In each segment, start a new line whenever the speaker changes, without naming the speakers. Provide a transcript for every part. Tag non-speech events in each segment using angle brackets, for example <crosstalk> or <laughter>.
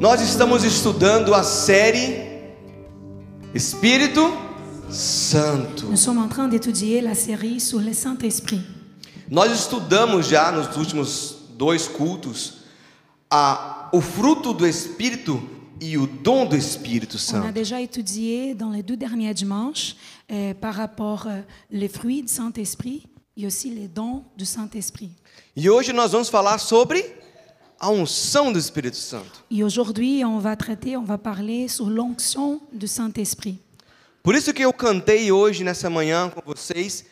Nós estamos estudando a série Espírito Santo.
Nous sommes en train d'étudier la série sur le Saint-Esprit.
Nós estudamos já nos últimos dois cultos a, o fruto do Espírito e o dom do Espírito
On a
Santo.
déjà étudié dans les deux derniers dimanches euh, par rapport euh, les fruits du Saint-Esprit et aussi les dons du Saint-Esprit.
E hoje nós vamos falar sobre a unção do Espírito Santo.
Et aujourd'hui, on va traiter, on va parler sur l'onction du Saint-Esprit.
Por isso que eu cantei hoje, nessa manhã, com vocês,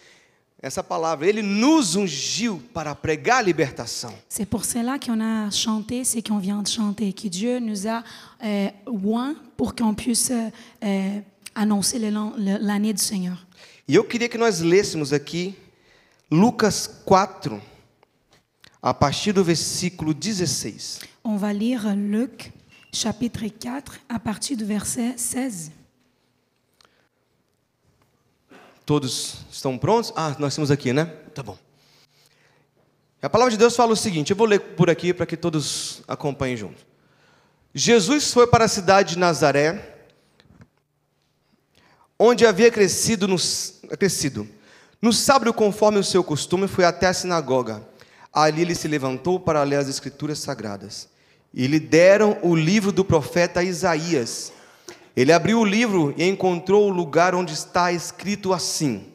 essa palavra. Ele nos ungiu para pregar a libertação.
C'est pour cela qu'on a chanté ce qu'on vient de chanter, que Dieu nous a euh, oint pour qu'on puisse euh, euh, annoncer le lan- le- l'année du Seigneur.
E eu queria que nós lêssemos aqui Lucas 4, a partir do versículo 16.
On va lire Luc chapitre 4 à partir du verset 16.
Todos estão prontos? Ah, nós temos aqui, né? Tá bom. A palavra de Deus fala o seguinte: eu vou ler por aqui para que todos acompanhem junto. Jesus foi para a cidade de Nazaré, onde havia crescido no, crescido. No sábado, conforme o seu costume, foi até a sinagoga. Ali ele se levantou para ler as escrituras sagradas. E lhe deram o livro do profeta Isaías. Ele abriu o livro e encontrou o lugar onde está escrito assim: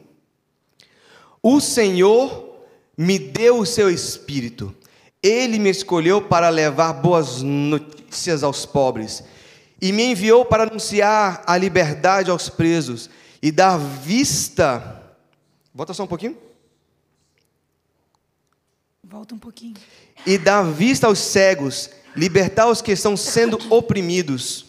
O Senhor me deu o seu espírito. Ele me escolheu para levar boas notícias aos pobres e me enviou para anunciar a liberdade aos presos e dar vista. Volta só um pouquinho.
Volta un pouquinho.
E dar vista aos cegos, libertar os que estão sendo oprimidos.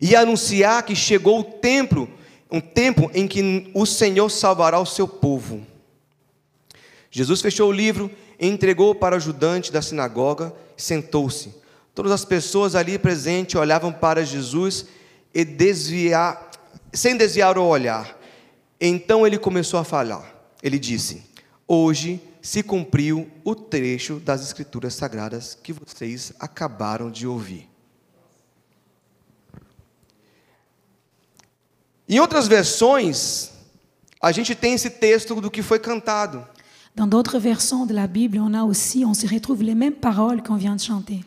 e anunciar que chegou o tempo, um tempo em que o Senhor salvará o seu povo. Jesus fechou o livro, entregou para o ajudante da sinagoga, sentou-se. Todas as pessoas ali presentes olhavam para Jesus e desviar, sem desviar o olhar. Então ele começou a falar. Ele disse: Hoje se cumpriu o trecho das Escrituras Sagradas que vocês acabaram de ouvir. Em outras versões, a gente tem esse texto do que foi cantado.
Dans d'autres versions de la Bible, on a aussi, on se retrouve les mêmes paroles qu'on vient de chanter.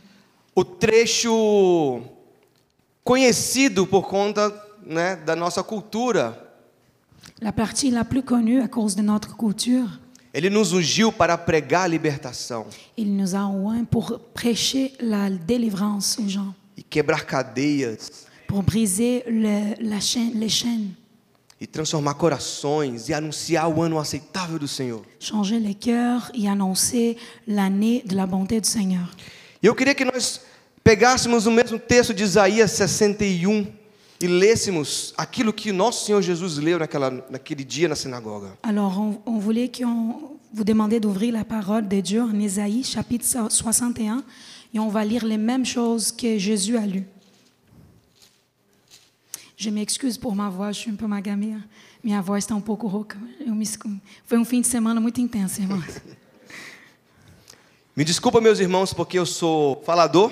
O trecho conhecido por conta né, da nossa cultura.
La partie la plus connue à cause de notre culture,
Ele nos ungiu para pregar a libertação
il nous a oint pour prêcher la délivrance aux gens,
e quebrar cadeias
pour briser le- la chaîne, les chaînes,
e transformar corações e anunciar o ano aceitável do Senhor.
changer les cœurs et annoncer l'année de la bonté du Seigneur.
E eu queria que nós pegássemos o mesmo texto de Isaías 61 e lêssemos aquilo que nosso Senhor Jesus leu naquela, naquele dia na sinagoga.
Alors, on, on voulait qu'on vous demandait d'ouvrir la parole de Dieu en Ésaïe, chapitre 61, et on va lire les mêmes choses que Jésus a lues. Je m'excuse por ma voz, je suis un peu magamée. hein. Minha voz está um pouco rouca. Eu me escu- Foi um fim de semana muito intenso, hein. irmãos.
Me desculpa, meus irmãos, porque eu sou falador,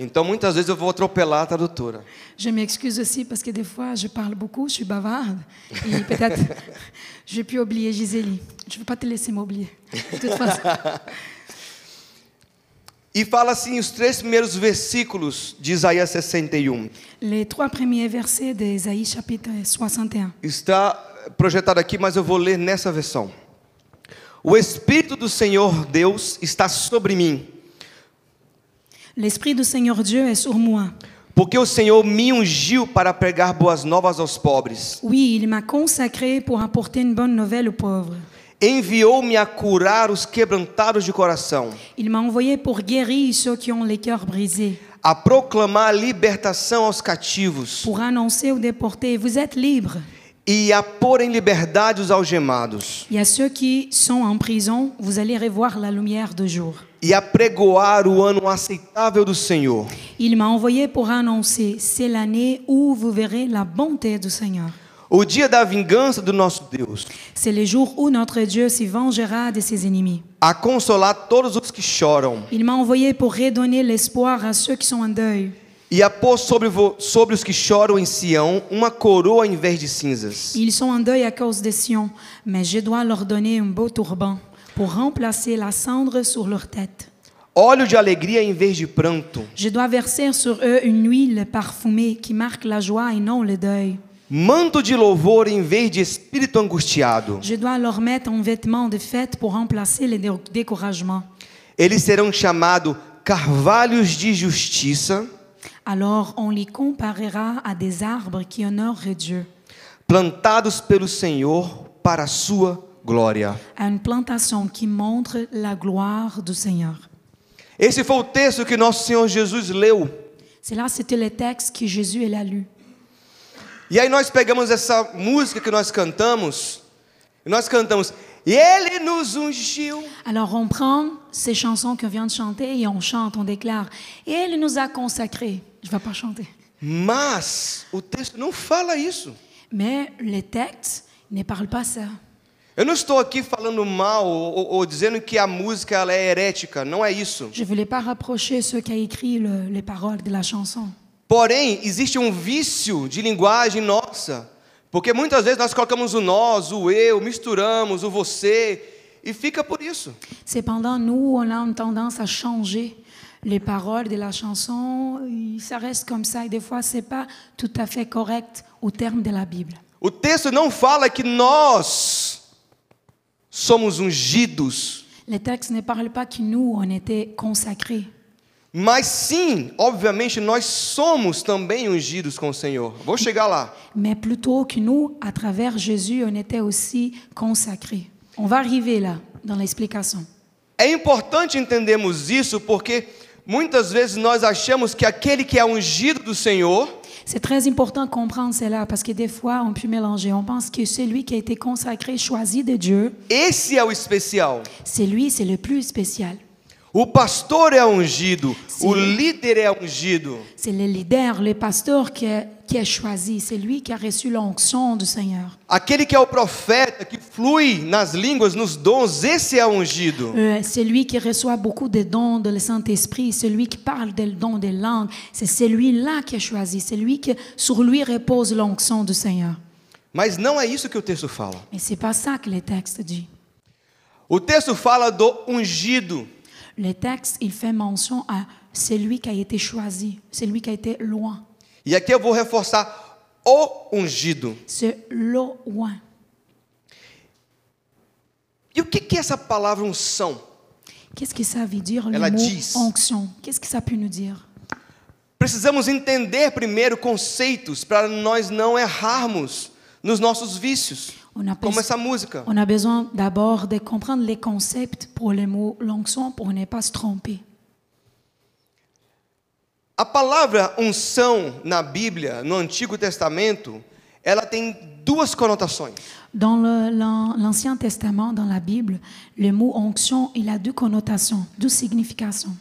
então muitas vezes eu vou atropelar a tradutora.
Je m'excuse aussi parce que des fois, je parle beaucoup, je suis bavarde, et peut-être j'ai pu oublier Gisélie. Je ne veux pas te laisser m'oublier. De toute façon.
E fala assim os três primeiros versículos de Isaías 61.
Les trois premiers versets d'Ésaïe, chapitre 61.
Está projetado aqui, mas eu vou ler nessa versão. O Espírito do Senhor Deus está sobre mim,
L'Esprit du Seigneur Dieu est sur moi.
porque o Senhor me ungiu para pregar boas novas aos pobres.
Oui, il m'a consacré pour apporter une bonne nouvelle aux pauvres.
Enviou-me a curar os quebrantados de coração,
Il m'a envoyé pour guérir ceux qui ont les cœurs brisés,
a proclamar libertação aos cativos.
pour annoncer aux déportés, vous êtes libres.
e a pôr em liberdade os algemados,
Il y a ceux qui sont en prison, vous allez revoir la lumière du jour.
e a pregoar o ano aceitável do Senhor,
Il m'a envoyé pour annoncer, c'est l'année où vous verrez la bonté du Seigneur.
o dia da vingança do nosso Deus,
C'est le jour où notre Dieu se vengera de ses ennemis.
a consolar todos os que choram
Il m'a envoyé pour redonner l'espoir à ceux qui sont en deuil
e a pôr sobre, vo- sobre os que choram em Sião uma coroa em vez de cinzas.
Ils sont en deuil à cause de Sion, mais je dois leur donner un beau turban pour remplacer la cendre sur leur tête.
Óleo de alegria em vez de pranto,
Je dois verser sur eux une huile parfumée qui marque la joie et non le deuil.
manto de louvor em vez de espírito angustiado.
Je dois leur mettre un vêtement de fête pour remplacer le dé- découragement.
Eles serão chamados carvalhos de justiça,
Alors on les comparera à des arbres qui honorent Dieu,
plantados pelo Senhor para a sua glória.
à une plantation qui montre la gloire du Seigneur.
Esse foi o texto que nosso Senhor Jesus leu.
Cela, c'était le texte que Jésus elle, a lu.
E aí nós pegamos essa música que nós cantamos, e nós cantamos, e ele nos ungiu.
Alors on prend ces chansons qu'on vient de chanter et on chante, on déclare. Et il nous a consacrés. Je ne vais pas chanter.
Mas o texto não fala isso.
Mais le texte ne parle pas ça.
Eu não estou aqui falando mal ou, ou- ou dizendo que a música ela é herética, não é isso.
Je ne voulais pas rapprocher ceux qui ont écrit le- les paroles de la chanson.
Porém, existe um vício de linguagem nossa, porque muitas vezes nós colocamos o nós, o eu, misturamos o você, e fica por isso.
Cependant, nous, on a une tendance à changer les paroles de la chanson. Et Ça reste comme ça et des fois, c'est pas tout à fait correct au terme de la Bible.
O texto não fala que nós somos ungidos,
Le texte ne parle pas que nous, on était consacrés.
mas sim, obviamente, nós somos também ungidos com o Senhor. Vou chegar lá.
Mais plutôt que nous, à travers Jésus, on était aussi consacrés. On va arriver là, dans l'explication.
É importante entendermos isso porque muitas vezes nós achamos que aquele que é ungido do Senhor
C'est très important de comprendre cela parce que des fois, on peut mélanger. On pense que celui qui a été consacré, choisi de Dieu,
Esse é o especial.
c'est lui, c'est le plus spécial.
O pastor é ungido,
Sim.
o líder é ungido.
C'est le leader, le pasteur qui est, qui est choisi. C'est lui qui a reçu l'onction du Seigneur.
Aquele que é o profeta, que flui nas línguas, nos dons, esse é ungido.
Euh, c'est lui qui reçoit beaucoup de dons de le Saint-Esprit. C'est lui qui parle des dons des langues. C'est celui-là qui est choisi. C'est lui qui, sur lui repose l'onction du Seigneur.
Mas não é isso que o texto fala.
Mais c'est pas ça que le texte dit.
O texto fala do ungido.
Le texte, il fait mention à celui qui a été choisi, celui qui a été loin,
E aqui eu vou reforçar o ungido.
ce loin.
E o que que é essa palavra unção?
Qu'est-ce que ça veut dire le
Elle a
mot
dix.
onction Qu'est-ce que ça peut nous dire
Precisamos entender primeiro conceitos para nós não errarmos nos nossos vícios.
on a,
Como
pes-
essa música.
on a besoin d'abord de comprendre les concepts pour le mot l'onction pour ne pas se tromper.
A palavra unção na Bíblia, no Antigo Testamento, ela tem duas conotações.
Dans le- l'An- l'Ancien Testament, dans la Bible, le mot onction, il a deux connotations, deux significations.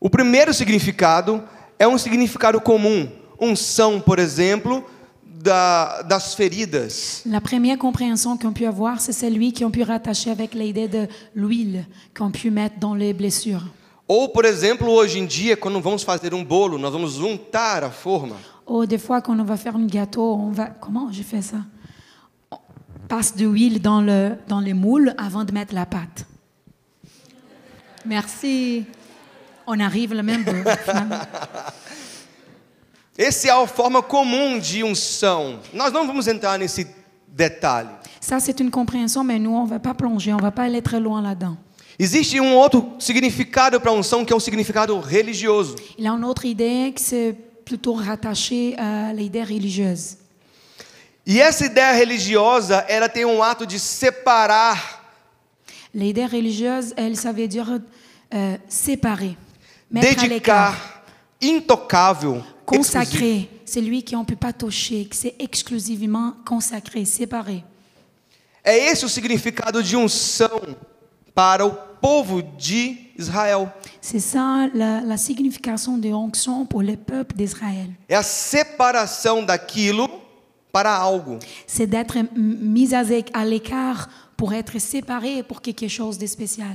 O primeiro significado é um significado comum. Unção, por exemplo, da- das feridas.
La première compréhension qu'on peut avoir, c'est celui qu'on peut rattacher avec l'idée de l'huile qu'on peut mettre dans les blessures.
Ou, por exemplo, hoje em dia, quando vamos fazer um bolo, nós vamos untar a forma.
Oh, des fois, quand on va faire un gâteau, on va. Comment j'ai fait ça On passe de l'huile dans, le, dans les moules avant de mettre la pâte. Merci. On arrive le même beurre, <laughs> finalement.
Essa é a forma comum de unção. Nós não vamos entrar nesse detalhe.
Ça, c'est une compréhension, mais nous, on ne va pas plonger, on ne va pas aller très loin là-dedans.
Existe um outro significado para unção, que é um significado religioso.
Il y a une autre idée qui c'est plutôt rattachée à l'idée religieuse.
E essa ideia religiosa, ela tem um ato de separar,
L'idée religieuse, elle, ça veut dire euh, séparer, mettre à l'écart,
dedicar, intocável, exclusivo.
consacrer. C'est lui qui on ne peut pas toucher, qui c'est exclusivement consacré, séparé.
É esse o significado de unção para o povo de Israel.
C'est ça la, la signification de onction pour le peuple d'Israël.
É a separação daquilo para algo.
c'est d'être mis à zé- à l'écart pour être séparé pour quelque chose de spécial.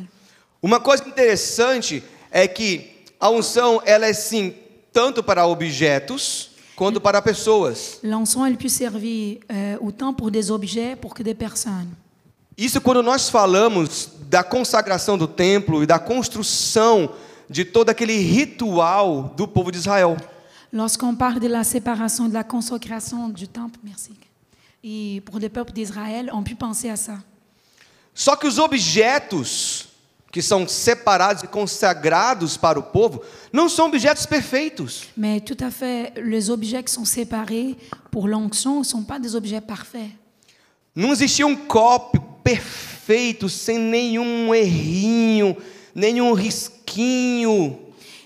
Uma coisa interessante é que a unção ela é sim tanto para objetos quanto para pessoas.
L'encens, elle peut servir euh, autant pour des objets pour que des personnes.
Isso quando nós falamos da consagração do templo e da construção de todo aquele ritual do povo de Israel.
Lorsqu'on parle de la séparation, de la consécration du temple, merci. Et pour le peuple d'Israël, on peut penser à ça.
Só que os objetos que são separados e consagrados para o povo não são objetos perfeitos.
Mais tout à fait, les objets qui sont séparés pour l'onction ne sont pas des objets parfaits.
Não existia um copo perfeito, sem nenhum errinho, nenhum risquinho.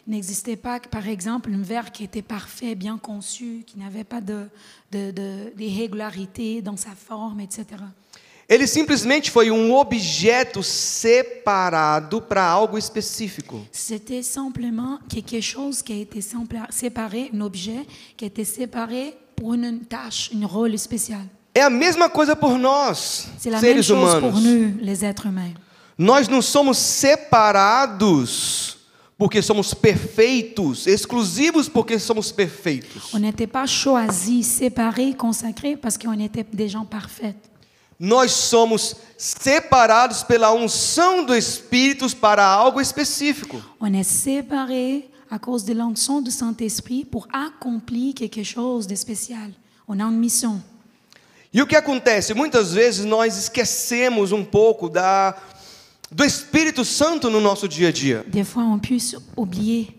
Il n'existait pas, par exemple, un verre qui était parfait, bien conçu, qui n'avait pas de, de, de- d'irrégularité dans sa forme, etc.
Ele simplesmente foi um objeto separado para algo específico.
C'était simplement quelque chose qui a été sempla- séparé, un objet qui a été séparé pour une tâche, une rôle spécial.
É a mesma coisa por nós,
C'est la même
seres
chose pour
humanos.
nous, les êtres humains.
Nós não somos separados porque somos perfeitos, exclusivos porque somos perfeitos.
On n'était pas choisis, séparés, consacrés parce qu'on était des gens parfaits.
Nós somos separados pela unção do Espírito para algo específico.
On est séparés à cause de l'onction du Saint-Esprit pour accomplir quelque chose de spécial. On a une mission.
E o que acontece? Muitas vezes nós esquecemos um pouco da do Espírito Santo no nosso dia a dia.
Des fois, on peut oublier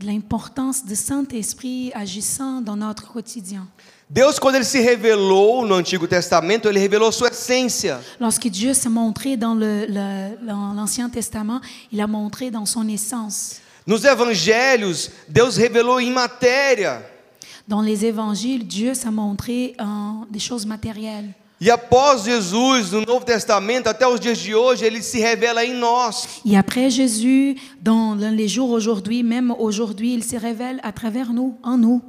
de l'importance du Saint-Esprit agissant dans notre quotidien.
Deus, quando ele se revelou no Antigo Testamento, ele revelou sua essência.
Lorsque Dieu s'est montré dans le- le- dans l'Ancien Testament, il a montré dans son essence.
Nos evangelhos, Deus revelou em matéria.
Dans les évangiles, Dieu s'est montré en des choses matérielles.
E após Jesus, no Novo Testamento, até os dias de hoje, ele se revela em nós.
Et après Jésus, dans les jours aujourd'hui, même aujourd'hui, il se révèle à travers nous, en nous.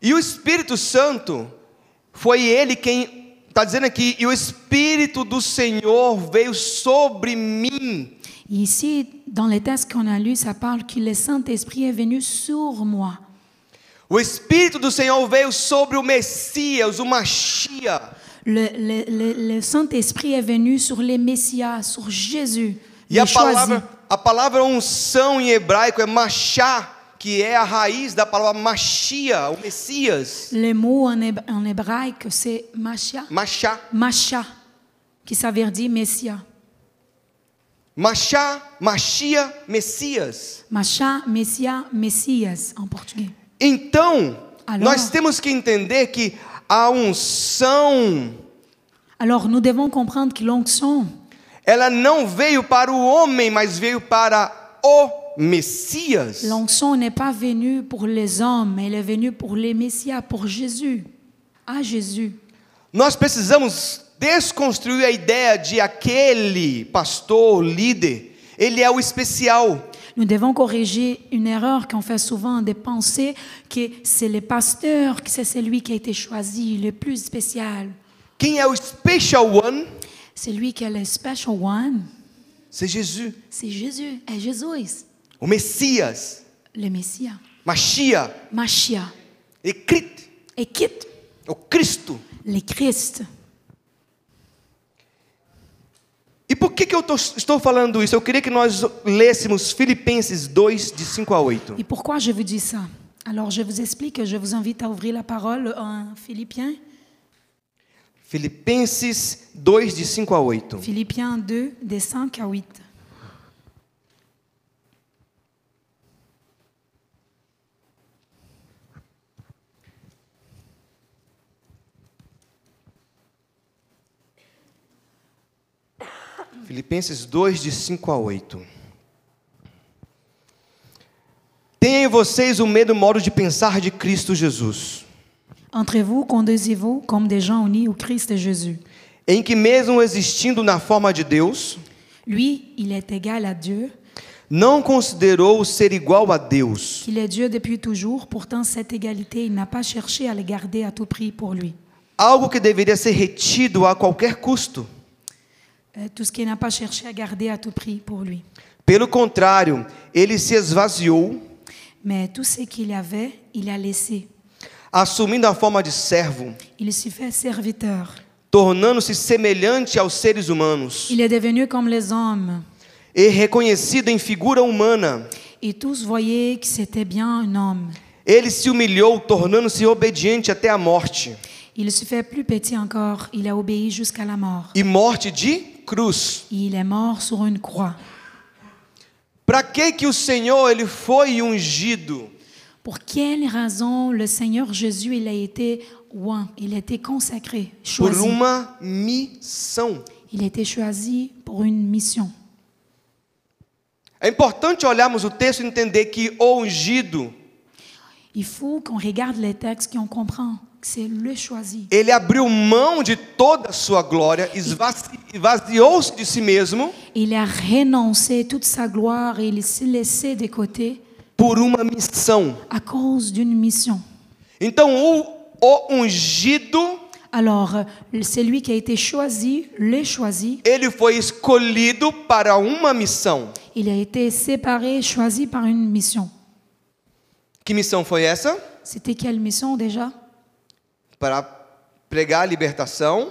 E o Espírito Santo foi ele quem está dizendo aqui, e o Espírito do Senhor veio sobre mim.
Et ici, dans les textes qu'on a lus, ça parle que le Saint-Esprit est venu sur moi.
O Espírito do Senhor veio sobre o Messias, o Machia.
Le, le- le- le Saint-Esprit est venu sur les Messias, sur Jésus.
E a
les choisis.
palavra, a palavra unção em hebraico é machá, que é a raiz da palavra Machia, o Messias.
Le mot en, héb- en hébraïque, c'est Machia.
Machá.
Macha, qui ça veut dire Messia.
Machá, Machia, Messias.
Macha, Messia, Messias en portugais.
Então,
Alô?
nós temos que entender que a unção,
Alors, nous devons comprendre que l'onction,
ela não veio para o homem, mas veio para o Messias.
L'onction n'est pas venue pour les hommes, elle est venue pour les Messias, pour Jésus, à Jésus.
Nós precisamos desconstruir a ideia de aquele pastor, líder, ele é o especial.
Nous devons corriger une erreur qu'on fait souvent de penser que c'est le pasteur, que c'est celui qui a été choisi, le plus spécial.
Quem é o special one?
C'est lui qui est le special one.
C'est Jesus,
C'est Jésus, est Jésus,
o Messias,
le Messia,
Machia,
Machia,
Ecrit,
et quitte
o Cristo.
les Christ.
E por que, que eu tô- estou falando isso? Eu queria que nós lêssemos Filipenses 2, de 5 a 8.
Et pourquoi je vous dis ça Alors, je vous explique, je vous invite à ouvrir la parole en Philippiens,
Filipenses 2, de 5 a 8.
Philippiens 2, des 5 à 8.
Filipenses 2, de 5 a 8. Tenha em vocês o mesmo modo de pensar de Cristo Jesus,
Entre vous, conduisez-vous comme des gens unis au Christ Jésus.
em que, mesmo existindo na forma de Deus,
Lui, il est égal à Dieu,
Não considerou ser igual a Deus,
qu'il est Dieu depuis toujours, pourtant cette égalité, il n'a pas cherché à la garder à tout prix pour lui.
algo que deveria ser retido a qualquer custo.
Euh, Tout ce qu'il n'a pas cherché à garder à tout prix pour lui.
Pelo contrário, ele se esvaziou,
Mais tout ce qu'il avait, il a laissé.
assumindo a forma de servo,
Il s'est fait serviteur.
tornando-se semelhante aos seres humanos
Il est devenu comme les hommes.
e reconhecido em figura humana.
Et tous voyaient que c'était bien un homme.
Ele se humilhou, tornando-se obediente até a morte
Il se fait plus petit encore. Il a obéi jusqu'à la mort.
e morte de cruz.
Il est mort sur une croix.
Para que que o Senhor ele foi ungido?
Pour quelle raison le Seigneur Jésus, il a été oint, il a été consacré,
Por
choisi.
uma missão.
Il a été choisi pour une mission.
É importante olharmos o texto e entender que o ungido,
Il faut qu'on regarde les textes qu'on comprend que c'est le choisi.
ele abriu mão de toda a sua glória, esvazi- esvaziou-se de si mesmo
Il a renoncé toute sa gloire et il s'est laissé de côté
por uma missão.
à cause d'une mission.
Então, o, o ungido,
Alors, euh, celui qui a été choisi, le choisi,
ele foi escolhido para uma missão.
il a été séparé, choisi par une mission.
Que missão foi essa?
C'était quelle mission déjà
Para pregar a libertação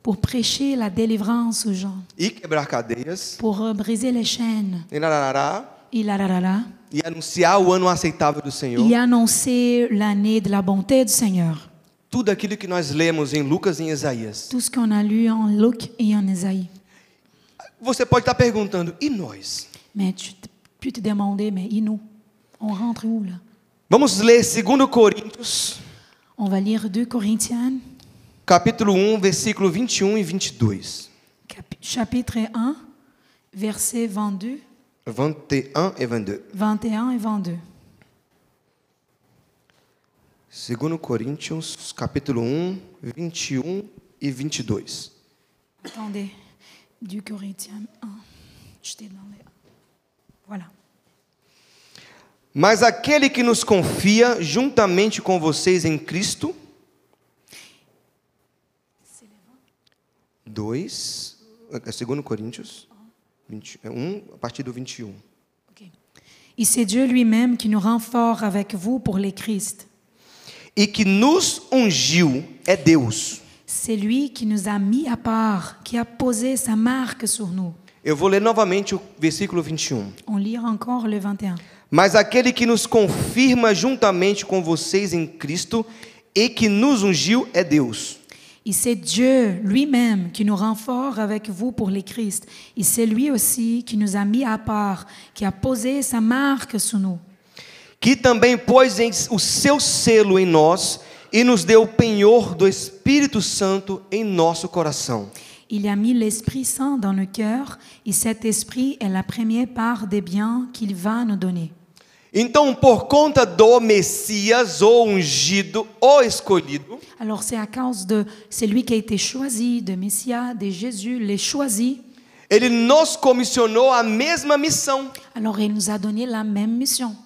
Pour prêcher la délivrance aux gens,
e quebrar cadeias,
pour euh, briser les chaînes.
e, nararará,
Il a, là, là, là,
e anunciar o ano aceitável do Senhor.
il a annoncé l'année de la bonté du Seigneur.
Tudo aquilo que nós lemos em Lucas e em Isaías.
Tout ce qu'on a lu en Luc et en Ésaïe.
Você pode estar perguntando, e nós?
Mais tu t- peux te demander, mais et nous On rentre où là
Vamos ler 2 Coríntios,
On va lire 2 Corinthiens,
capítulo 1, versículo 21 e 22.
capi- chapitre 1, versets 22,
21 e 22.
21 et 22.
2 Coríntios, capítulo 1, 21 e 22.
Attendez, 2 Corinthiens 1. Je t'ai demandé. Voilà.
Mas aquele que nos confia juntamente com vocês em Cristo. 2, 2 é Coríntios 1, a partir do 21.
Ok. Et c'est Dieu lui-même qui nous rend forts avec vous pour les Christ.
E que nos ungiu é Deus.
C'est lui qui nous a mis à part, qui a posé sa marque sur nous.
Eu vou ler novamente o versículo 21.
On lit encore le 21.
Mas aquele que nos confirma juntamente com vocês em Cristo e que nos ungiu é Deus.
Et c'est Dieu lui-même qui nous rend forts avec vous pour les Christ. Et c'est lui aussi qui nous a mis à part, qui a posé sa marque sur nous.
que também pôs em- o seu selo em nós e nos deu o penhor do Espírito Santo em nosso coração.
Il a mis l'Esprit Saint dans nos cœurs, et cet Esprit est la première part des biens qu'il va nous donner.
Então, por conta do Messias, ou ungido, ou escolhido,
Alors c'est à cause de celui qui a été choisi, de Messia, de Jésus, les choisis.
ele nos comissionou a mesma missão.
Alors il nous a donné la même mission.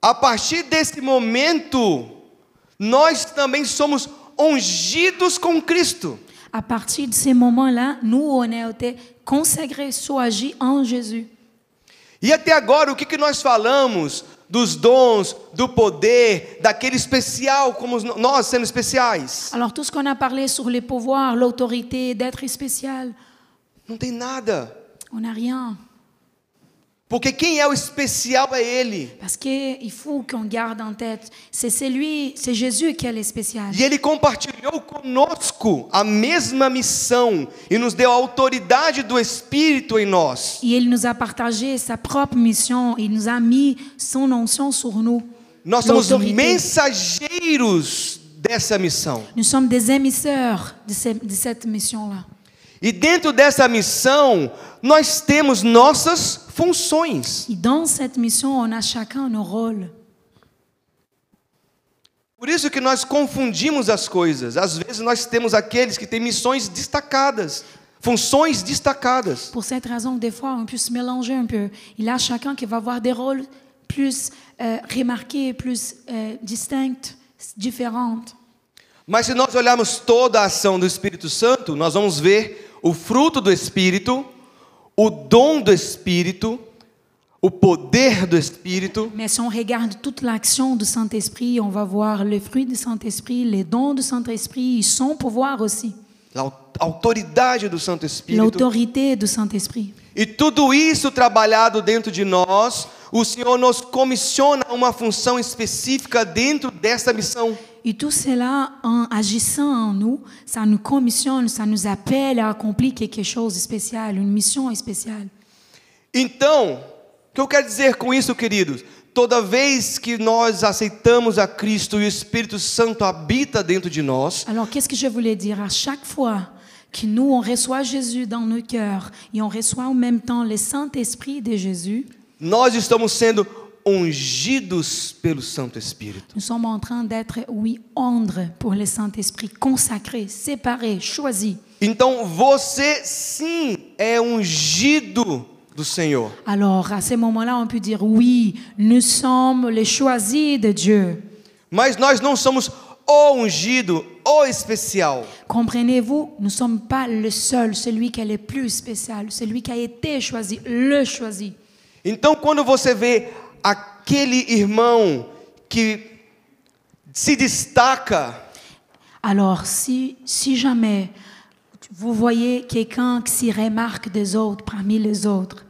A partir desse momento, nós também somos ungidos com Cristo.
À partir de ces moments-là, nous, on a été consacrés, soagis en Jésus.
E até agora, o que, que nós falamos dos dons, do poder, daquele especial, como nós sendo especiais?
Alors tout ce qu'on a parlé sur les pouvoirs, l'autorité, d'être spécial,
Não tem nada.
on n'a rien.
Porque quem é o especial é Ele.
Parce qu'il faut qu'on garde en tête, c'est celui, c'est Jésus qui est le spécial.
E Ele compartilhou conosco a mesma missão e nos deu a autoridade do Espírito em nós.
Et il nous a partagé sa propre mission, il nous a mis son onction sur nous.
Nós somos
l'autorité.
mensageiros dessa missão.
Nous sommes des émisseurs de, ce- de cette mission-là.
E dentro dessa missão, nós temos nossas funções.
Et Dans cette mission, on a chacun nos rôles.
Por isso que nós confundimos as coisas. Às vezes nós temos aqueles que têm missões destacadas, funções destacadas.
Pour cette raison que des fois, on peut se mélanger un peu. Il y a chacun qui va avoir des rôles plus euh, remarqués, plus euh, distincts, différents.
Mas se nós olharmos toda a ação do Espírito Santo, nós vamos ver o fruto do Espírito, o dom do Espírito, o poder do Espírito,
Mais si on regarde toute l'action du Saint-Esprit, on va voir le fruit du Saint-Esprit, les dons du Saint-Esprit, son pouvoir aussi,
a au- autoridade do Santo Espírito.
l'autorité du Saint-Esprit.
E tudo isso trabalhado dentro de nós, o Senhor nos comissiona uma função específica dentro dessa missão.
Et tout cela, en agissant en nous, ça nous commissionne, ça nous appelle à accomplir quelque chose de spécial, une mission spéciale.
Então, o que eu quero dizer com isso, queridos? Toda vez que nós aceitamos a Cristo e o Espírito Santo habita dentro de nós,
Alors, qu'est-ce que je voulais dire À chaque fois que nous, on reçoit Jésus dans nos cœurs et on reçoit en même temps le Saint-Esprit de Jésus,
nós estamos sendo ungidos pelo Santo Espírito.
nous sommes en train d'être, oui,endre pour le Saint-Esprit, consacrés, séparés, choisis.
Então, você sim é ungido do Senhor.
Alors, à ce moment-là, on peut dire, oui, nous sommes les choisis de Dieu.
Mas nós não somos o ungido, o especial.
Comprenez-vous, nous ne sommes pas le seul, celui qui est le plus spécial, celui qui a été choisi, le choisi.
Então, quando você vê aquele irmão que se destaca,
Alors, si, si jamais vous voyez quelqu'un qui s'y remarque des autres, parmi les autres,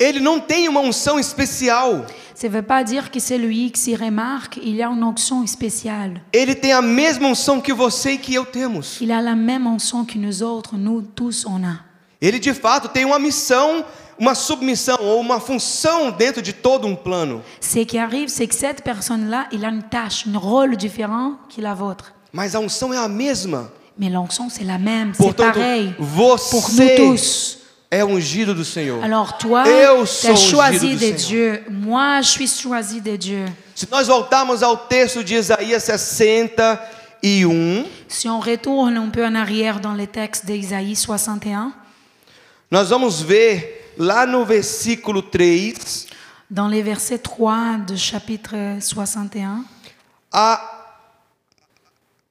ele não tem uma unção especial.
ça ne veut pas dire que celui qui s'y remarque, il a une onction spéciale.
Ele tem a mesma unção que você e que eu temos.
Il a la même onction que nous autres, nous tous, on a.
Ele de fato tem uma missão, uma submissão ou uma função dentro de todo um plano.
Ce qui arrive, c'est que cette personne-là, il a une tâche, un rôle différent que la vôtre.
Mas a unção é a mesma.
Mais l'onction, c'est la même, c'est
Portanto,
pareil pour nous
você
tous.
é ungido do Senhor.
Alors toi,
Eu
tu
sou
es
ungido
choisi
do
de
Senhor.
Dieu. Moi, je suis choisi de Dieu.
Se nós voltarmos ao texto de Isaías 61,
Si on retourne un peu en arrière dans les textes d'Isaïe 61,
nós vamos ver lá no versículo 3
dans les versets 3 de chapitre 61,
a,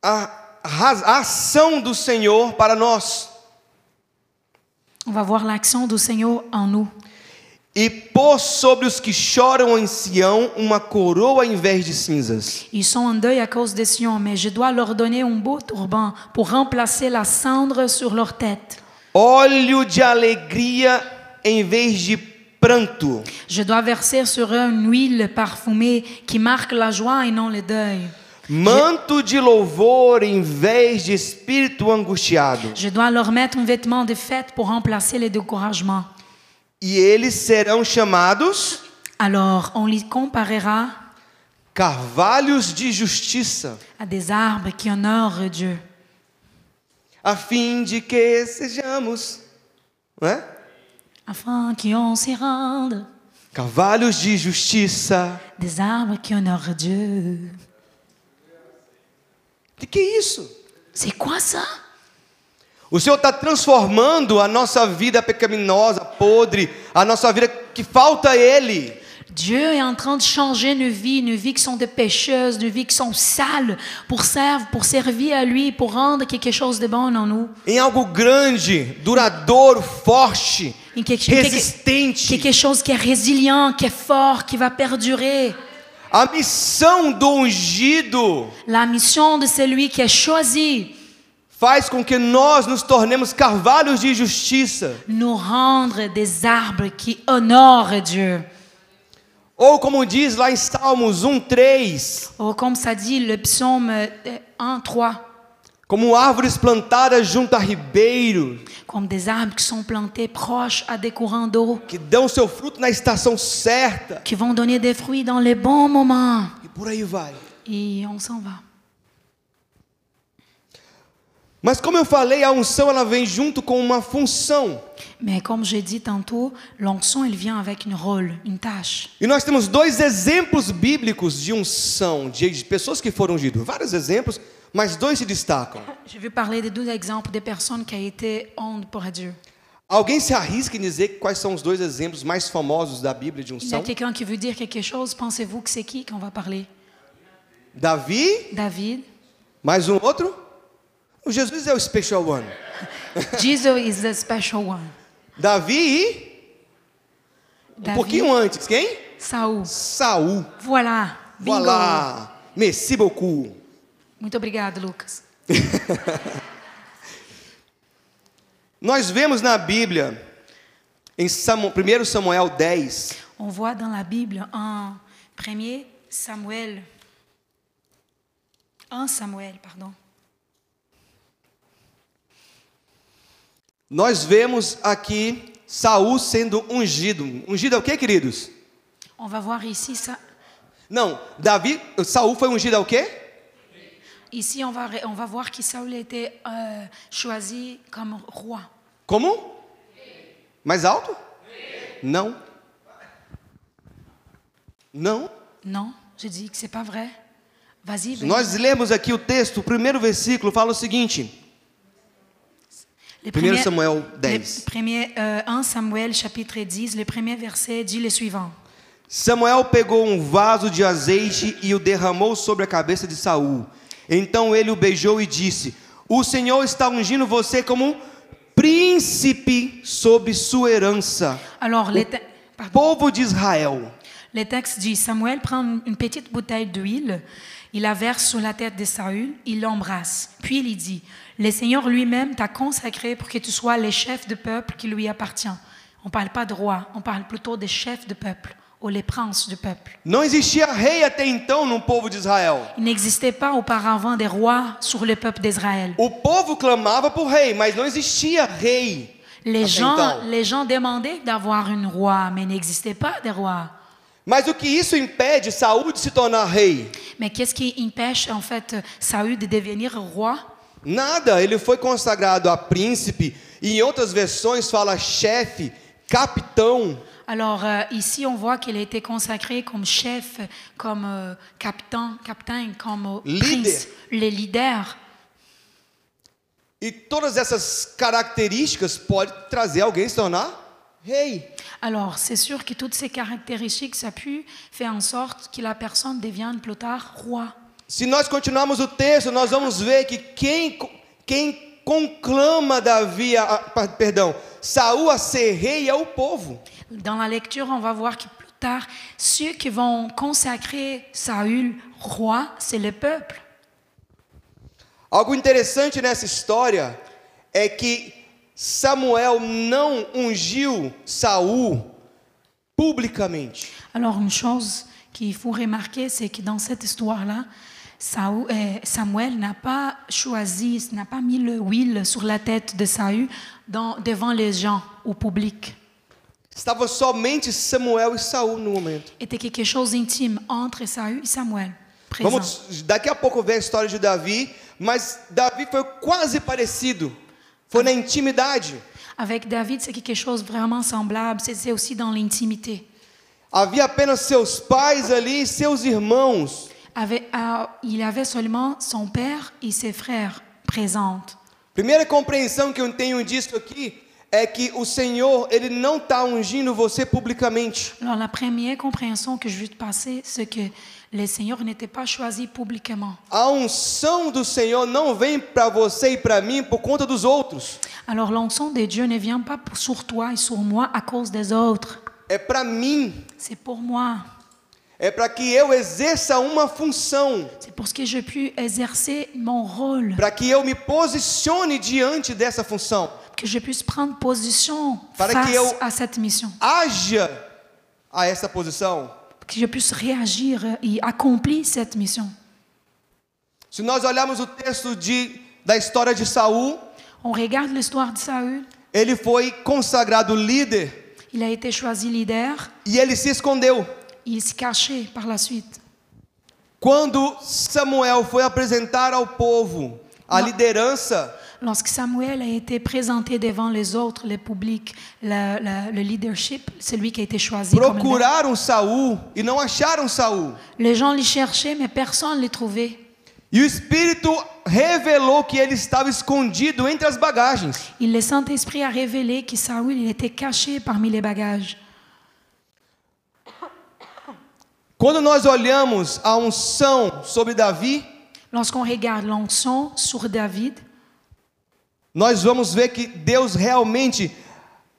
a, raz- a ação do Senhor para nós.
on va voir l'action du Seigneur en nous.
E pôs sobre os que choram em Sião uma coroa em vez de cinzas.
Ils sont en deuil à cause des Sion, mais je dois leur donner un beau turban pour remplacer la cendre sur leur tête.
Óleo de alegria em vez de pranto.
Je dois verser sur eux une huile parfumée qui marque la joie et non le deuil.
Manto de louvor em vez de espírito angustiado.
Je dois leur mettre un vêtement de fête pour remplacer les découragements.
E eles serão chamados
Alors on les comparera
carvalhos de justiça,
à des arbres qui honorent Dieu,
a fim de que sejamos. Não é?
afin qu'on s'y rende.
Carvalhos de justiça.
Des arbres qui honorent Dieu.
O que é isso?
C'est quoi ça
O Senhor está transformando a nossa vida pecaminosa, podre, a nossa vida que falta a Ele.
Dieu est en train de changer nos vies, nos vies qui sont des pécheuses, nos vies qui sont sales, pour, serv- pour servir à lui, pour rendre quelque chose de bon en nous.
Em algo grande, duradouro, forte,
Et quelque-
resistente.
Quelque chose qui est résilient, qui est fort, qui va perdurer.
A missão do ungido
La mission de celui qui est choisi,
faz com que nós nos tornemos carvalhos de justiça.
nous rendre des arbres qui honorent Dieu.
Ou como diz lá em Salmos 1:3,
Oh, comme ça dit le psaume euh, 1, 3,
como árvores plantadas junto a ribeiro,
comme des arbres qui sont plantés proches à des courants d'eau,
que dão seu fruto na estação certa,
qui vont donner des fruits dans les bons moments.
e por aí vai.
Et on s'en va.
Mas como eu falei, a unção ela vem junto com uma função.
Mais comme j'ai dit tantôt, l'onction, elle vient avec une rôle, une tâche.
E nós temos dois exemplos bíblicos de unção, de de pessoas que foram ungidas. Vários exemplos, Mas dois se destacam.
Je veux parler de deux exemples de personnes qui ont été honte pour Dieu.
Alguém se arrisca em dizer quais são os dois exemplos mais famosos da Bíblia de
Il y a
unção?
quelqu'un qui veut dire quelque chose. Pensez-vous que c'est qui qu'on va parler?
Davi,
David. <laughs>
mais um outro? O Jesus é o special one.
Jesus is the special one.
Davi e um
David,
pouquinho antes, quem?
Saul.
Saul.
Voilà. Bingo.
Voilà. Merci beaucoup.
Muito obrigado, Lucas.
Nós vemos na Bíblia em Samu- 1 Samuel 10
On voit dans la Bible en 1 Samuel. 1 Samuel, pardon.
Nós vemos aqui Saul sendo ungido. Ungido é o quê, queridos?
On va voir ici ça.
Não, Davi, Saul foi ungido ao quê?
Ici, on va, on va voir que Saul a été euh, choisi comme roi.
Como? Mais alto? Não. Não.
Non, je dis que c'est pas vrai. Vas-y. vas-y.
Nós lemos aqui o texto, o primeiro versículo fala o seguinte:
Le
1 Samuel 10.
le premier, euh, 1 Samuel chapitre 10, le premier verset dit le suivant.
Samuel pegou um vaso de azeite e o derramou sobre a cabeça de Saul. Então ele o beijou e disse: O Senhor está ungindo você como um príncipe sobre sua herança,
Alors, le, te- pardon.
povo de Israel.
Le texte dit, Samuel prend une petite bouteille d'huile, il la verse sur la tête de Saül, il l'embrasse. Puis il dit, le Seigneur lui-même t'a consacré pour que tu sois le chef de peuple qui lui appartient. On ne parle pas de roi, on parle plutôt de chef de peuple ou les princes du peuple.
Não existia rei até então no povo de Israel.
Il n'existait pas auparavant des rois sur le peuple d'Israël.
O povo clamava por rei, mas não existia rei.
Les gens,
Attends.
les gens demandaient d'avoir un roi, mais il n'existait pas de roi.
Mas o que isso impede Saul de se tornar rei?
Mais qu'est-ce qui empêche en fait Saül de devenir roi
Nada, ele foi consagrado a príncipe e em outras versões fala chefe, capitão.
Alors euh, ici, on voit qu'il a été consacré comme chef, comme euh, capitaine, capitaine, comme euh,
Leader.
prince, le leader.
E todas essas características podem trazer alguém se tornar rei.
Alors c'est sûr que toutes ces caractéristiques, ça pu faire en sorte que la personne devienne plus tard roi.
Se nós continuarmos o texto, nós vamos ver que quem, co- quem conclama Davi, a, a- pa- perdão, Saul a ser rei é o povo.
Dans la lecture, on va voir que plus tard, ceux qui vont consacrer Saül roi, c'est le peuple.
Algo interessante nessa história é que Samuel não ungiu Saul publicamente.
Alors une chose qu'il faut remarquer, c'est que dans cette histoire-là, Saül- euh, Samuel n'a pas choisi, n'a pas mis le huile sur la tête de Saül dans- devant les gens, au public.
Estava somente Samuel e Saul no momento.
C'était quelque chose d'intime entre Saül et Samuel. Présent.
Vamos daqui a pouco ver a história de Davi, mas Davi foi quase parecido. Foi na intimidade.
Avec David, c'est quelque chose vraiment semblable. C'est- C'est aussi dans l'intimité.
Havia apenas seus pais ali e seus irmãos.
Avec- ah, il avait seulement son père et ses frères présents.
Primeira compreensão que eu tenho disso aqui é que o Senhor, ele não está ungindo você publicamente.
Alors la première compréhension que je veux te passer, c'est que le Seigneur n'était pas choisi publiquement.
A unção do Senhor não vem para você e para mim por conta dos outros.
Alors l'onction de Dieu ne vient pas pour- sur toi et sur moi à cause des autres.
É para mim.
C'est pour moi.
É para que eu exerça uma função.
C'est pour ce que je puis exercer mon rôle,
Para que eu me posicione diante dessa função.
que je puisse prendre position
Para que
face
eu-
à cette mission,
Haja a essa posição.
que je puisse réagir et accomplir cette mission.
Se nós olharmos o texto de, da história de Saul,
On regarde l'histoire de Saül.
ele foi consagrado líder
Il a été choisi leader.
e ele se escondeu.
Il se cachait par la suite.
Quando Samuel foi apresentar ao povo a
Não.
liderança,
Lorsque Samuel a été présenté devant les autres, le public, la- la- le leadership, celui qui a été choisi. comme leader,
procuraram Saul e não acharam Saul.
Les gens les cherchaient, mais personne ne les trouvait.
E o Espírito revelou que ele estava escondido entre as bagagens.
Il le Saint-Esprit a révélé que Saül il était caché parmi les bagages.
Quando nós olhamos a unção sobre Davi,
Lorsqu'on regarde l'onction sur David,
nós vamos ver que Deus realmente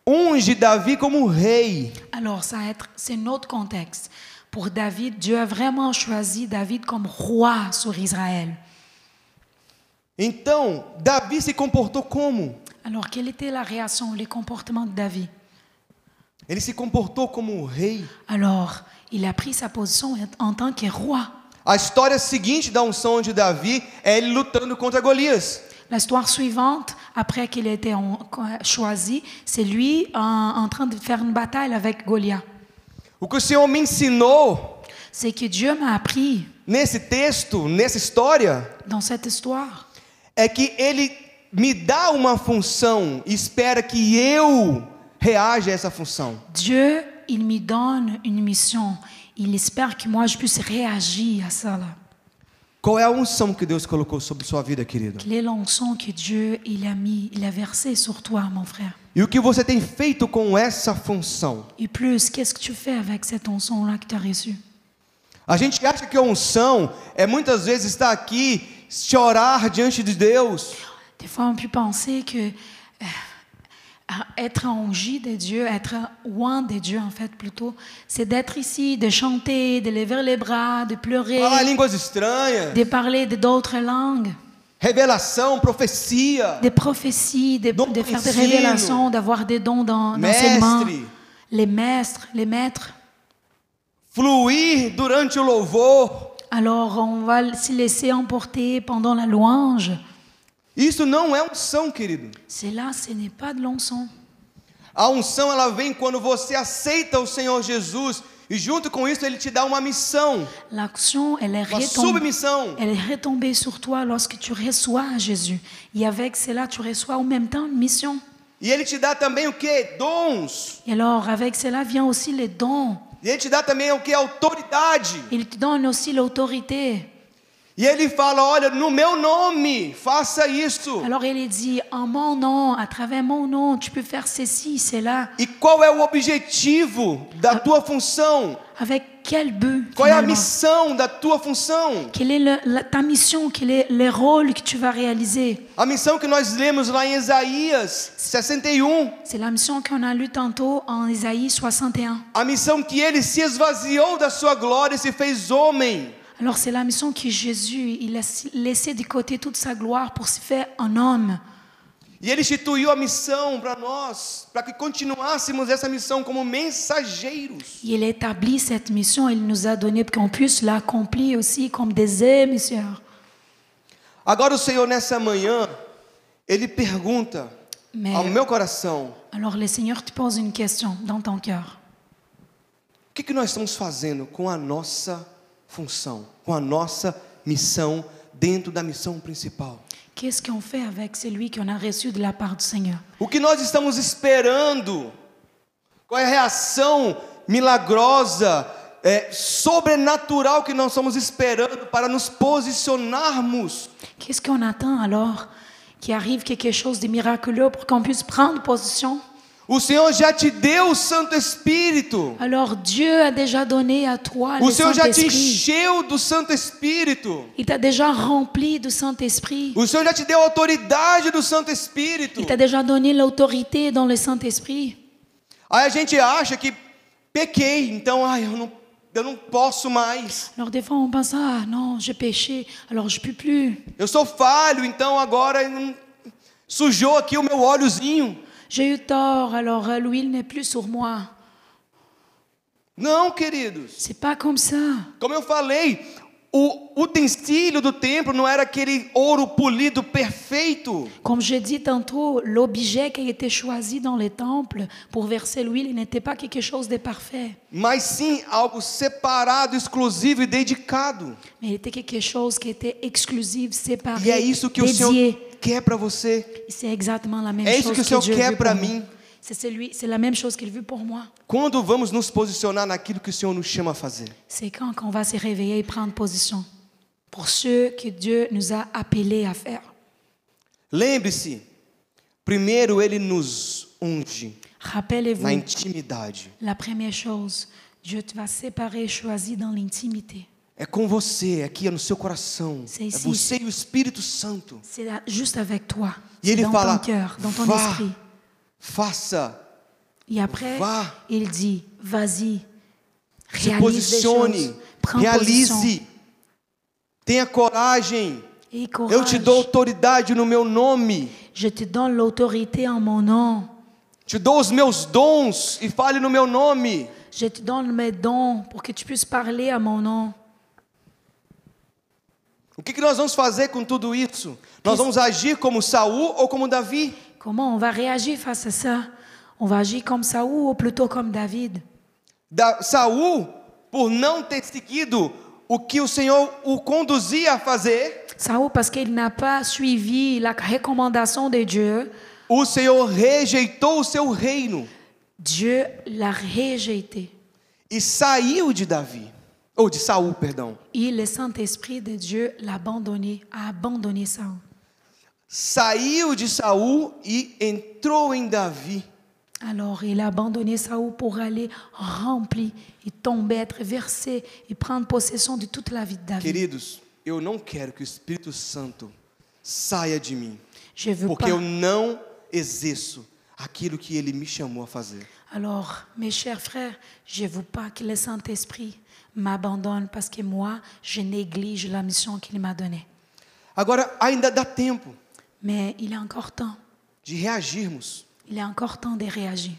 unge Davi como um rei.
alors ça va être- c'est notre contexte. Pour David, Dieu a vraiment choisi David comme roi sur Israël.
Então, Davi se comportou como?
Alors quelle était la réaction, les comportements de David
Ele se comportou como um rei.
Alors, il a pris sa position en tant que roi.
A história seguinte da unção de Davi é ele lutando contra Golias.
La histoire suivante, après qu'il a été en- choisi, c'est lui en, en train de faire une bataille avec Goliath.
O que o Senhor me ensinou
C'est que Dieu m'a appris
nesse texto, nessa história,
dans cette histoire,
é que ele me dá uma função e espera que eu reaja a essa função.
Dieu, il me donne une mission. Il espère que moi, je puisse réagir à ça. là.
Qual é a unção que Deus colocou sobre sua vida, querido?
Quelle est l'onction que Dieu, il a mis, il a versé sur toi, mon frère.
E o que você tem feito com essa função?
Et plus, qu'est-ce que tu fais avec cette onction-là que tu as reçue
A gente acha que a unção é muitas vezes estar aqui, chorar diante de Deus.
Des fois, on peut penser que euh, à être engi de Dieu, être loin de Dieu, en fait, plutôt, c'est d'être ici, de chanter, de lever les bras, de pleurer,
Falar línguas estranhas,
de parler de- d'autres langues,
revelação, profecia.
des prophéties, de,
Donc,
de faire des
ensino.
révélations, d'avoir des dons dans, dans ses
Maestri.
mains. Les maîtres, les maîtres.
fluir durante o louvor.
Alors, on va se laisser emporter pendant la louange.
Isso não é unção, querido.
C'est là, ce n'est pas de l'encens.
A unção ela vem quando você aceita o Senhor Jesus e junto com isso ele te dá uma missão,
L'action, elle est
uma
retombée.
submissão.
Elle est retombée sur toi lorsque tu reçois Jésus. Et avec cela, tu reçois en même temps une mission.
E ele te dá também o que? Dons.
Et alors, avec cela vient aussi les dons.
E ele te dá também o que? Autoridade.
Il te donne aussi l'autorité.
E ele fala: "Olha, no meu nome, faça isso".
Alors, il dit, en mon nom, à travers mon nom, tu peux faire ceci, cela.
E qual é o objetivo da tua função?
Avec quel but
Qual é a
finalement?
missão da tua função?
Quelle est le- la- ta mission Quel est le rôle que tu vas réaliser
A missão que nós lemos lá em Isaías 61,
C'est la mission qu'on a lue tantôt en Isaïe 61.
A missão que ele se esvaziou da sua glória e se fez homem.
Alors c'est la mission que Jésus, il a laissé de côté toute sa gloire pour se faire un homme.
E ele instituiu a missão para nós, para que continuássemos essa missão como mensageiros.
Il a établi cette mission, il nous a donné pour qu'on puisse l'accomplir aussi comme des émissaires.
Agora o Senhor nessa manhã, ele pergunta
Mais
ao meu coração:
alors le Seigneur te pose une question dans ton cœur.
o que que nós estamos fazendo com a nossa função, com a nossa missão dentro da missão principal?
Qu'est-ce qu'on fait avec celui qu'on a reçu de la part du Seigneur
O que nós estamos esperando? Qual é a reação milagrosa, é, sobrenatural que nós estamos esperando para nos posicionarmos?
Qu'est-ce qu'on attend alors qu'il arrive quelque chose de miraculeux pour qu'on puisse prendre position
O Senhor já te deu o Santo Espírito.
Alors Dieu a déjà donné à toi
O
le
Senhor já te
Saint-Esprit.
encheu do Santo Espírito.
Il t'a déjà rempli du Saint-Esprit.
O Senhor já te deu a autoridade do Santo Espírito.
Il t'a déjà donné l'autorité dans le Saint-Esprit.
Aí a gente acha que pequei, então ai, eu, não, eu não posso mais.
Alors des fois on pense ah non j'ai péché alors je peux plus.
Eu sou falho, então agora hum, sujou aqui o meu óleozinho.
J'ai eu tort alors euh, l'huile n'est plus sur moi.
Não, queridos.
C'est pas comme ça.
Como eu falei, o utensílio do templo não era aquele ouro polido perfeito.
Comme j'ai dit tantôt l'objet qui a été choisi dans les temples pour verser l'huile il n'était pas quelque chose de parfait
Mas sim algo separado, exclusivo e dedicado.
mais il était quelque chose qui était exclusif
E é
séparé
isso que o Senhor
dédié.
quer para você.
C'est exactement la même
É isso
chose
que o
que
Senhor
Dieu
quer
veut
para
pour
mim.
moi. C'est celui c'est la même chose qu'il veut pour moi.
Quando vamos nos posicionar naquilo que o Senhor nos chama a fazer?
C'est quand qu'on va se réveiller et prendre position pour ce que Dieu nous a appelés à faire.
Lembre-se, primeiro ele nos unge na
Rappelez-vous,
intimidade.
la première chose, Dieu te va séparer et choisir dans l'intimité.
É com você, aqui é no seu coração.
Sim,
é
sim.
você e o Espírito Santo.
C'est là- juste avec toi,
E
c'est
ele
dans
fala:
ton cœur, dans ton
vá,
esprit.
faça,
Et après,
Va.
il dit, vas-y,
se
réalise des
posicione,
choses, prends position.
realize, tenha coragem.
Et
Eu te
courage.
dou autoridade no meu nome.
Je te donne l'autorité en mon nom.
Te dou os meus dons e fale no meu nome.
Je te donne mes dons pour que tu puisses parler à mon nom.
O que, que nós vamos fazer com tudo isso? Nós vamos agir como Saul ou como Davi?
Comment on va réagir face à ça On va agir comme Saoul ou plutôt comme David
Da, Saul, por não ter seguido o que o Senhor o conduzia a fazer,
Saoul parce qu'il n'a pas suivi la recommandation de Dieu,
o Senhor rejeitou o seu reino
Dieu l'a rejeté.
e saiu de Davi, ou de Saul, perdão.
Et le Saint-Esprit de Dieu l'a abandonné, a abandonné Saoul.
Saiu de Saul e entrou em Davi.
Alors il a abandonné Saoul pour aller remplir et tomber, être versé et prendre possession de toute la vie de David.
Queridos, eu não quero que o Espírito Santo saia de mim,
Je veux
porque
pas.
eu não exerço aquilo que ele me chamou a fazer.
Alors, mes chers frères, je ne veux pas que le Saint-Esprit m'abandonne parce que moi, je néglige la mission qu'il m'a donnée.
Agora, ainda dá tempo
Mais il est encore temps.
de reagirmos.
Il est encore temps de réagir.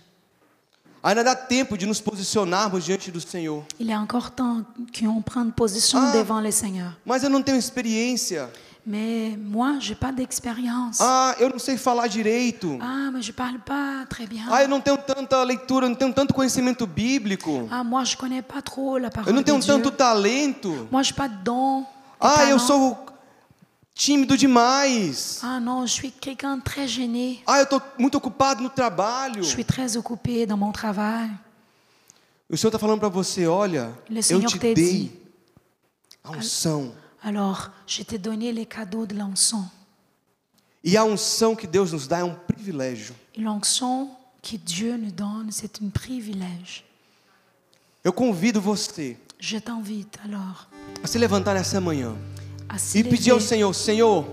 Ainda dá tempo de nos posicionarmos diante do Senhor.
Il est encore temps qu'on prenne position
Ah.
devant le Seigneur.
Mas eu não tenho experiência.
Mais moi, je n'ai pas d'expérience. Ah.
Ah, eu não sei falar direito.
mais je ne parle pas très bien.
Ah, eu não tenho tanta leitura, não tenho tanto conhecimento bíblico.
Ah, moi, je ne connais pas trop la
Eu
parole
não
de
tenho
Dieu.
tanto talento.
Moi, je n'ai pas de don. de
Ah, eu
talent.
sou tímido demais.
Ah non, je suis quelqu'un de très gêné.
Ah, eu estou muito ocupado no trabalho.
Je suis très occupé dans mon travail.
O Senhor está falando para você, olha,
Le
eu
é Senhor
te
te
dei a unção.
Alors, je t'ai donné les cadeaux de l'onction.
E a unção que Deus nos dá é um privilégio.
Et L'onction que Dieu nous donne, c'est un privilège.
Eu convido você
Je t'invite alors
a se levantar nessa manhã
à se
e pedir ao
lever,
Senhor, Senhor,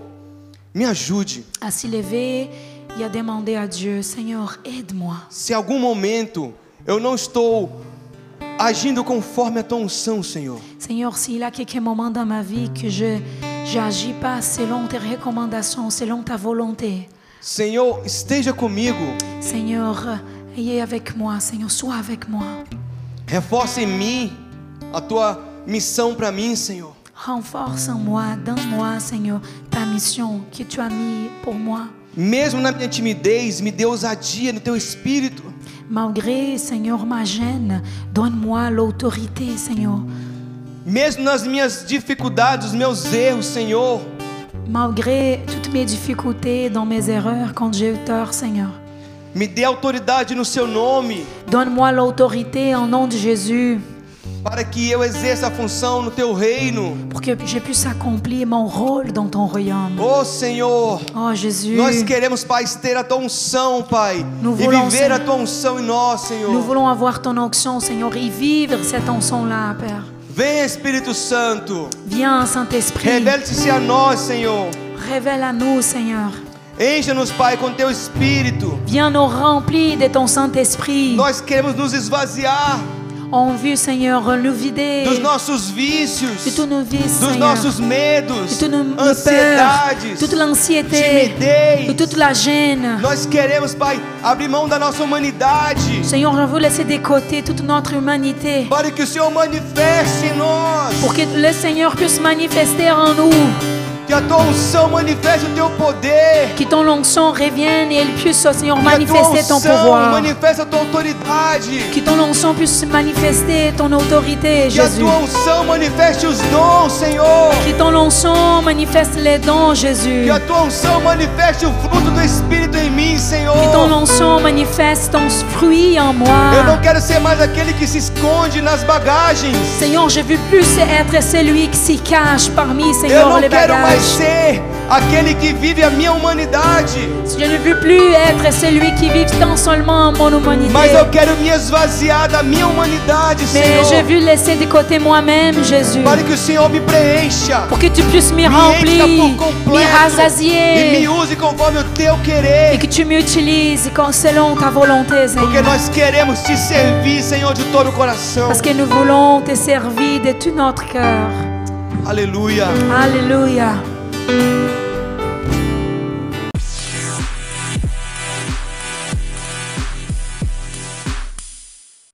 me ajude.
à se lever et à demander à Dieu, Seigneur, aide-moi.
Se em algum momento eu não estou agindo conforme a tua unção, Senhor,
Seigneur, s'il y a quelques moments dans ma vie que je n'agis pas selon tes recommandations, selon ta volonté,
Senhor, esteja comigo,
Seigneur, euh, ayez avec moi, Seigneur, sois avec moi.
reforça em mim a tua missão para mim, Senhor.
Renforce en moi, dans moi, Seigneur, ta mission que tu as mise pour moi.
Mesmo na minha timidez, me dê ousadia no teu espírito.
Malgré, Seigneur, ma gêne, donne-moi l'autorité, Seigneur.
Mesmo nas minhas dificuldades, os meus erros, Senhor,
Malgré toutes mes difficultés dans mes erreurs quand j'ai eu tort, Seigneur.
me dê autoridade no seu nome,
Donne-moi l'autorité en nom de Jésus
para que eu exerça a função no teu reino.
pour que je puisse accomplir mon rôle dans ton royaume.
Ô Senhor,
Oh Jésus,
nós queremos, Pai, ter a tua unção, Pai,
Nous
e
voulons,
viver a
Senhor.
tua unção em nós,
nous
Senhor.
voulons avoir ton onction, Seigneur, et vivre cette onction-là, Père.
Vem, Espírito Santo,
Viens, Saint-Esprit,
revele-se a nós, Senhor.
révèle à nous, Seigneur.
Encha-nos, Pai, com teu espírito.
Viens nous remplir de ton Saint-Esprit.
Nós queremos nos esvaziar
On veut, Seigneur, nous vider
dos nossos vícios,
de tous nos vices,
dos
Seigneur.
nossos medos,
de toutes nos, nos peurs,
ansiedades,
toute l'anxiété,
timidez.
de toute la gêne.
Nós queremos, Pai, abrir mão da nossa humanidade
Seigneur, on veut laisser de côté toute notre humanité
para que o Senhor manifeste em nós
pour que le Seigneur puisse manifester en nous
Que a tua unção manifeste o teu poder.
Que ton onction revienne et elle puisse, oh Seigneur,
Que a tua
manifester ton
unção
pouvoir.
manifeste a tua autoridade.
Que ton onction puisse manifester ton autorité,
Que a
Jésus.
tua unção manifeste os dons, Senhor.
Que ton onction manifeste les dons, Jésus.
Que a tua unção manifeste o fruto do Espírito em mim,
Que ton
Senhor.
onction manifeste ton fruit
Eu não
en moi.
quero ser mais aquele que se esconde nas bagagens.
Seigneur, je veux plus être celui qui se cache parmi,
Eu
Seigneur,
não
les
quero mais
bagages.
ser aquele que vive a minha humanidade.
Je ne veux plus être celui qui vit tant seulement mon humanité.
Mas eu quero me esvaziar da minha humanidade,
Mais je
Senhor.
veux laisser de côté moi-même, Jésus.
Para que o Senhor me preencha.
Pour que tu puisses me
Me encha
remplir,
por
me
completo. E me
rassasier.
use conforme o teu
Et
querer.
que tu m'utilises quand- selon ta volonté,
Porque
Seigneur.
nós queremos te servir, Senhor, de todo o coração.
Parce que nous voulons te servir de tout notre cœur.
Aleluia.
Alléluia.